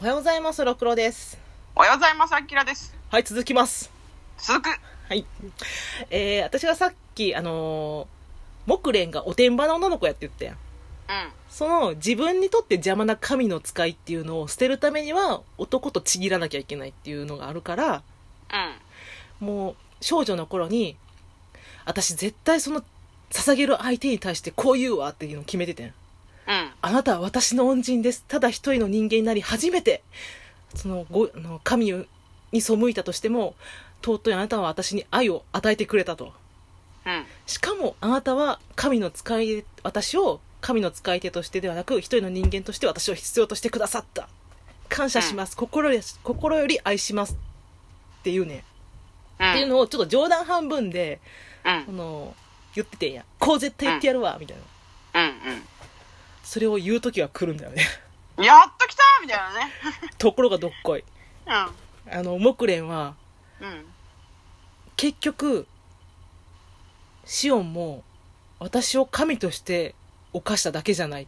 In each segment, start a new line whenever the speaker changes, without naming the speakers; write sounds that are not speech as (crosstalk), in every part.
おはようございますろくろです
おはようございます、あきらです。
はい続きます
続く。
はいえー、私がさっきあのー、木蓮がおてんばな女の子やって言ったやん
うん。
その自分にとって邪魔な神の使いっていうのを捨てるためには男とちぎらなきゃいけないっていうのがあるからもう少女の頃に私絶対その捧げる相手に対してこう言うわっていうのを決めててん
うん。うん。
あなたは私の恩人です。ただ一人の人間になり初めて、そのごあの神に背いたとしても、尊いあなたは私に愛を与えてくれたと。
うん。
しかもあなたは神の使い、私を神の使い手としてではなく、一人の人間として私を必要としてくださった。感謝します。心より心より愛します。っていうね。
うん。
っていうのをちょっと冗談半分で、
うん。
あの、言っててんや。こう絶対言ってやるわ、みたいな。
うん。
それを言う時は来るんだよね。 (laughs)
うん。やっと来たみたい
ところがどっこい。
なね。
あの木蓮は
うん。うん。
結局シオンも私を神として犯しただけじゃないっ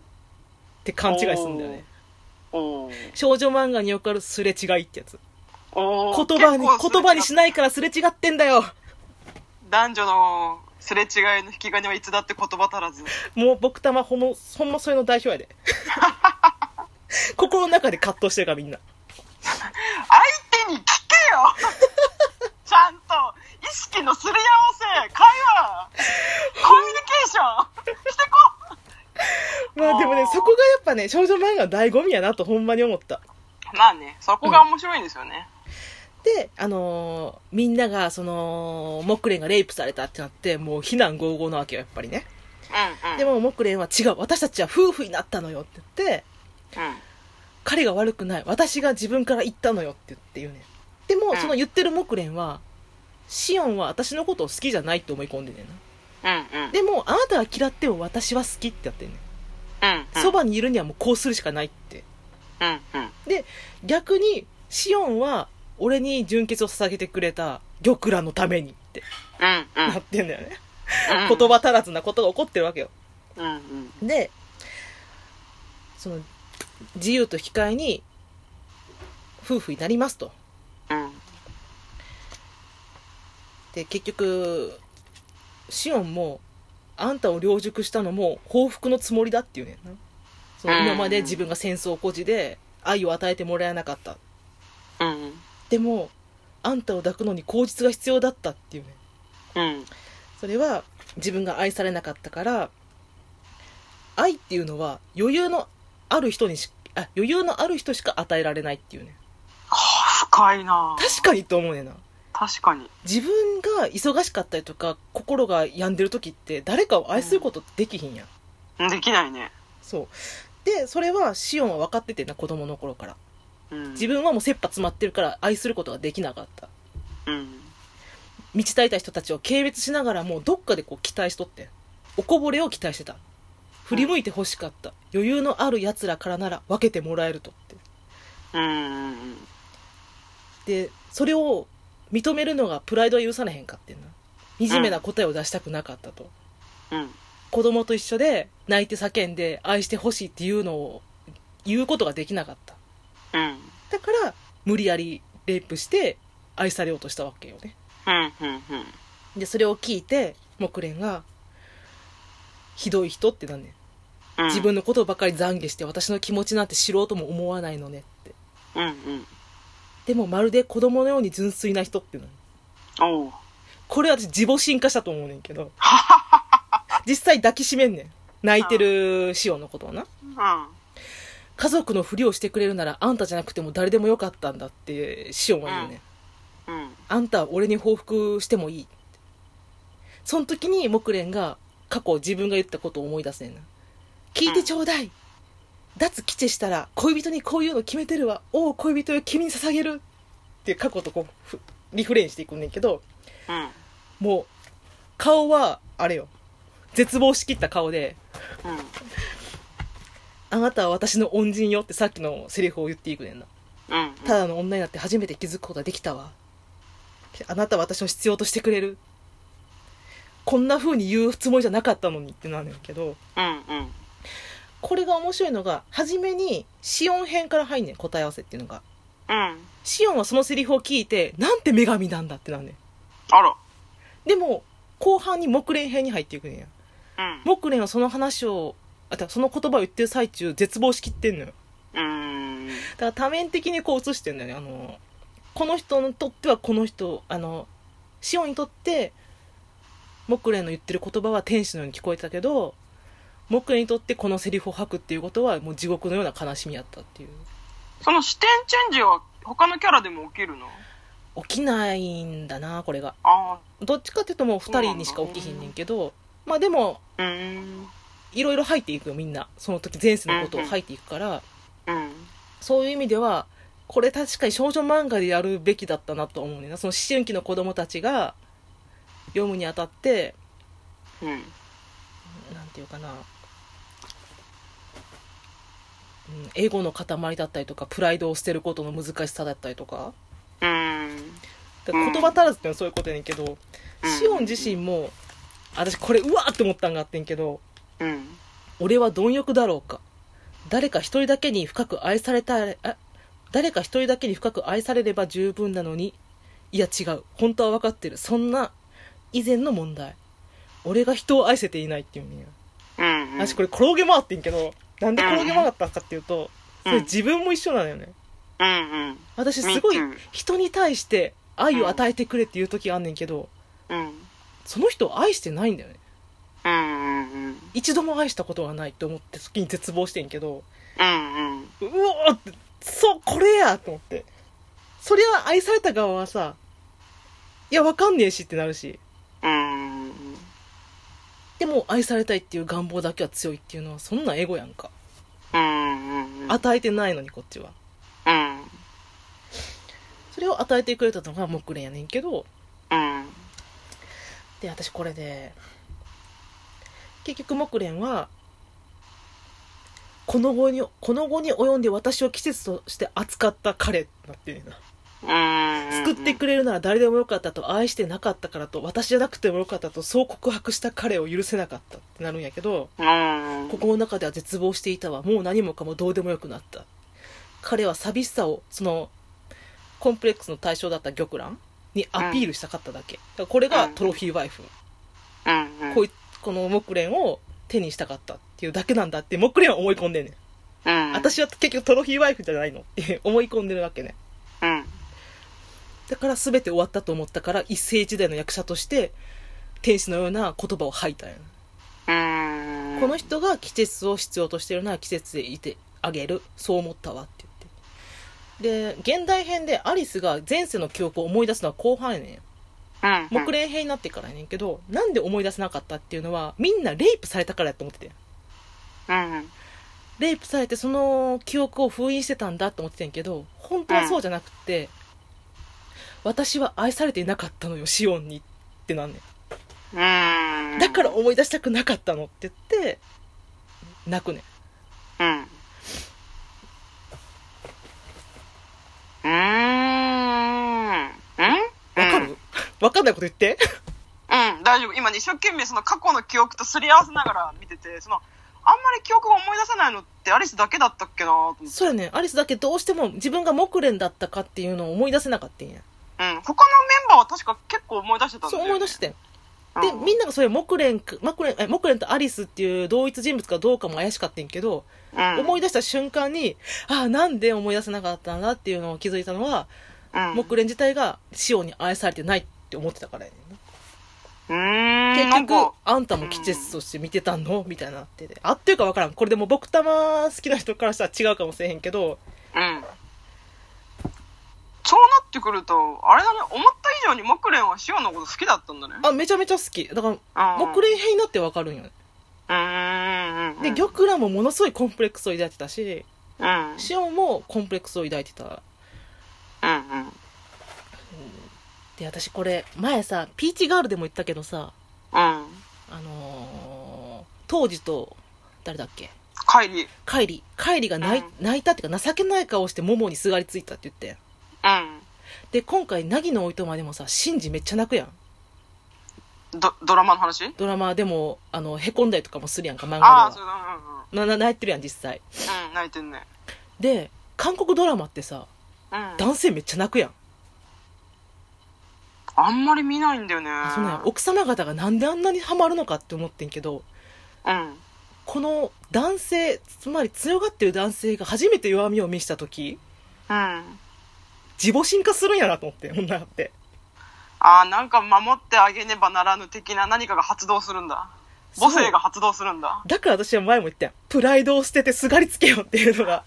て勘違いするんだよね
おー。
少女漫画におけるすれ違いってやつ
おー。
言葉に
結構
言葉にしないからすれ違ってんだよ
男女のすれ違いの引き金はいつだって言葉足らず。
もう僕たまほんまほんまそれの代表や
(laughs)
で心の中で葛藤してるからみんな
相手に聞
(laughs)
けよちゃんと意識のすり合わせ、会話、コミュニケーションしてこ
まあでもねそこがやっぱね少女漫画の醍醐味やなとほんまに思った
うまあね、そこが面白いんですよね。
で、あのーみんなが、その、モクレンがレイプされたってなって、もう非難合々なわけよ、やっぱりね。
うんうん。
でも、モクレンは違う、私たちは夫婦になったのよって言って、
う
彼が悪くない、私が自分から言ったのよって言って言うね。でも、
うん
その言ってるモクレンは、シオンは私のことを好きじゃないって思い込んでんねんな。
ん。うんうん。
でも、あなたは嫌っても私は好きってやってんねん。
うん。
そばにいるにはもうこうするしかないって。
うんうん。
逆に、シオンは俺に純血を捧げてくれた玉蘭のためにって
うんうん。
なってんだよね。
うん
言葉足らずなことが起こってるわけよ
うんうん
でその自由と引き換えに夫婦になりますと
うん
で結局シオンもあんたを領熟したのも報復のつもりだっていうねんなその
うん
今まで自分が戦争を起こしで愛を与えてもらえなかった
うん
でもあんたを抱くのに口実が必要だったっていうね
うん
それは自分が愛されなかったから愛っていうのは余裕のある人にしあ余裕のある人しか与えられないっていうね
深いな
確かにと思うねんな
確かに
自分が忙しかったりとか心が病んでる時って誰かを愛することできひんやん、
できないね、
そうでそれはシオンは分かっててんな子供の頃から
うん、
自分はもう切羽詰まってるから愛することができなかった
うん
満ち足りた人たちを軽蔑しながらもうどっかでこう期待しとってんおこぼれを期待してた振り向いて欲しかった余裕のある奴らからなら分けてもらえるとって
うんうん
でそれを認めるのがプライドは許されへんかってんな惨めな答えを出したくなかったと、
うん
子供と一緒で泣いて叫んで愛してほしいっていうのを言うことができなかった
うん
だから無理やりレイプして愛されようとしたわけよね
うんうんうん
でそれを聞いて木蓮がひどい人ってなんねん
うん
自分のことばかり懺悔して私の気持ちなんて知ろうとも思わないのねって
うんうん
でもまるで子供のように純粋な人っていうの
おう
これ私自母進化したと思うねんけ
(laughs)
ど実際抱きしめんねん泣いてるシオンのことをな
うん
家族のふりをしてくれるならあんたじゃなくても誰でもよかったんだってシオンは言うねん、
うん
あんたは俺に報復してもいいその時に木蓮が過去自分が言ったことを思い出すねんな聞いてちょうだい脱基地したら恋人にこういうの決めてるわおう恋人よ君に捧げるっていう過去とこうふリフレインしていくんねんけど
うん
もう顔はあれよ絶望しきった顔で
うん
「あなたは私の恩人よ」ってさっきのセリフを言っていくねんな
うん
ただの女になって初めて気づくことができたわあなたは私を必要としてくれるこんな風に言うつもりじゃなかったのにってなるんやけど
うんうん
ここれが面白いのが初めにシオン編から入んねん答え合わせっていうのが
うん。
シオンはそのセリフを聞いてなんて女神なんだってなんねん
あら。
でも後半に木蓮編に入っていくねんや
うん。
木蓮はその話をあたその言葉を言ってる最中絶望しきってんのよ
うーん。
だから多面的にこう映してんだよねあのこの人にとってはこの人あのシオンにとって木蓮の言ってる言葉は天使のように聞こえたけど木蓮にとってこのセリフを吐くっていうことはもう地獄のような悲しみやったっていう
その視点チェンジは他のキャラでも起きるの
起きないんだなこれが
あ
どっちかっていうともう2人にしか起きひんねんけどまあでも
あ。うーん。
いろいろ入っていくよみんなその時前世のことを入っていくから
うん。
そういう意味ではこれ確かに少女漫画でやるべきだったなと思うねんなその思春期の子供たちが読むにあたって
うん。
なんていうかな、うん、エゴの塊だったりとかプライドを捨てることの難しさだったりとか
うーん。
だから言葉足らずっていうのはそういうことやねんけど、
うん
シオン自身も私これうわーって思ったんがあってんけど
うん。
俺は貪欲だろうか誰か一人だけに深く愛されたいあ誰か一人だけに深く愛されれば十分なのにいや違う本当は分かってるそんな以前の問題俺が人を愛せていないっていうね、
うん。
私これ転げ回ってんけどなんで転げ回ったかっていうと、
うん
それ自分も一緒なのよね
うんうん。
私すごい
Me too
人に対して愛を与えてくれっていう時あんねんけど
うん。
その人を愛してないんだよね
うんうんうん。
一度も愛したことがないと思って時に絶望してんけど
うんうん。
うおーってそうこれやと思ってそりゃ愛された側はさいやわかんねえしってなるし
うん。
でも愛されたいっていう願望だけは強いっていうのはそんなエゴやんか
うんうん。
与えてないのにこっちは
うん。
それを与えてくれたのが木蓮やねんけど
うん。
で私これで結局木蓮はこの後にこの後に及んで私を季節として扱った彼になってるな
うん。
救ってくれるなら誰でもよかったと愛してなかったからと私じゃなくてもよかったとそう告白した彼を許せなかったってなるんやけど
うん。
心の中では絶望していたわもう何もかもどうでもよくなった彼は寂しさをそのコンプレックスの対象だった玉蘭にアピールしたかっただけ、だからこれがトロフィーワイフ、
うんうん。
こいこの木蓮を手にしたかったっていうだけなんだって木蓮は思い込んでんねん、
うん。
私は結局トロフィーワイフじゃないのって思い込んでるわけね
うん。
だから全て終わったと思ったから一世一代の役者として天使のような言葉を吐いたんや
うん。
この人が季節を必要としてるなら季節でいてあげるそう思ったわって言ってで現代編でアリスが前世の記憶を思い出すのは後半やねん
うん。
木蓮編になってからやねんけどなんで思い出せなかったっていうのはみんなレイプされたからやと思ってて
うん。
レイプされてその記憶を封印してたんだと思ってたんやけど本当はそうじゃなくって、私は愛されていなかったのよシオンにってなんねん
うん。
だから思い出したくなかったのって言って泣くねん
うん。うーん。うん
わかる、わかんないこと言って
うん、大丈夫。今ね、一生懸命その過去の記憶とすり合わせながら見てて、その、あんまり記憶が思い出せないのってアリスだけだったっけなと思って。
そうやねんアリスだけどうしても自分が木蓮だったかっていうのを思い出せなかったんや
うん。他のメンバーは確か結構思い出してたんだ
そう
よ、ね。
思い出してん
う
で
ん
みんながそれ木蓮か木蓮え木蓮とアリスっていう同一人物かどうかも怪しかったんやけど
うん、
思い出した瞬間にああなんで思い出せなかったんだっていうのを気づいたのは
うん、
木蓮自体がシオンに愛されてないって思ってたからやねんな
うーん、な
結
んか
局、あんたも季節として見てたのみたいになってて。あっていうかわからん。これでも僕たま好きな人からしたら違うかもしれへんけど、
うん。そうなってくると、あれだね、思った以上に木蓮はシオンのこと好きだったんだね。
あ、めちゃめちゃ好き。だから、
あ
木蓮編になってわかるんよね。
蓮。うん。
で、玉蘭もものすごいコンプレックスを抱いてたし、
うん。うん。
シオンもコンプレックスを抱いてた。
うん。うん。
で、私これ、前さ、ピーチガールでも言ったけどさ、
うん。
あのー、当時と、誰だっけ
帰り。
カイリ。カイリが泣い,、
うん
泣いたっていうか情けない顔してモモにすがりついたって言って。
う
で、今回、ナギのおいとまでもさ、シンジめっちゃ泣くやん。
ん。ド、ドラマの話
ドラマでもあのへこんだりとかもするやんか漫画で
ああ、
は
そうだ、うんうんうん。
なな泣いてるやん実際
うん泣いてんね
で韓国ドラマってさ
うん
男性めっちゃ泣くやん
あんまり見ないんだよね
あそうなんや奥様方がなんであんなにハマるのかって思ってんけど
うん
この男性つまり強がってる男性が初めて弱みを見せた時
うん
自母進化するんやなと思って女って
あーなんか守ってあげねばならぬ的な何かが発動するんだ母性が発動するんだ
だから私は前も言ったやんプライドを捨ててすがりつけよっていうの
(laughs)
が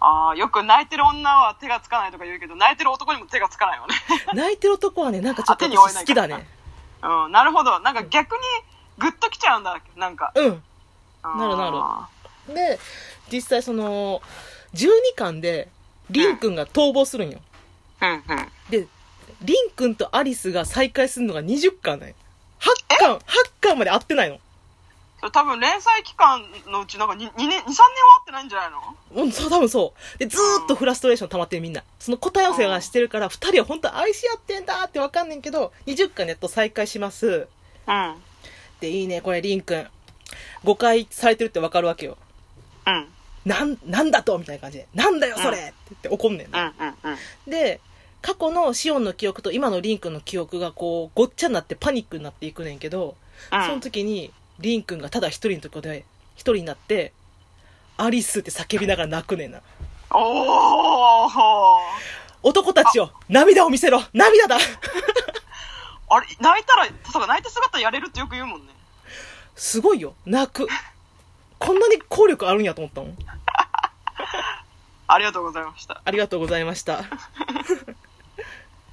あーよく泣いてる女は手がつかないとか言うけど泣いてる男にも手がつかないよね (laughs)
泣いてる男はねなんかちょっと
あ手に負え
私
な
好
い
き
か
だ
ら
ね
うんなるほどなんか逆にグッときちゃうんだなんか
うん
あー
なるなるで実際その12巻でリンくんが逃亡するんよ
うんうん
でリンくんとアリスが再会するのが20巻ね8巻8巻まで会ってないの
それ多分連載期間のうちなんか 2, 2年23年は会ってないんじゃないの
うん、そう、多分そう。で、ずーっとフラストレーション溜まってるみんな。その答え合わせがしてるから、二人は本当愛し合ってんだってわかんねんけど、20巻でやっと再会します。
うん
で、いいね、これ、リンくん。誤解されてるってわかるわけよ。
うん
なん、なんだとみたいな感じで。なんだよ、それって言って怒んねん
う
な。
んうんうん
で、過去のシオンの記憶と今のリンくんの記憶がこう、ごっちゃになってパニックになっていくねんけど、
うん
その時に、リンくんがただ一人のとこで、一人になって、アリスって叫びながら泣くねんな。
おお
男たちよ涙を見せろ涙だ
あれ泣いたらそうか泣いた姿やれるってよく言うもんね
すごいよ泣くこんなに効力あるんやと思ったもん
ありがとうございました
ありがとうございました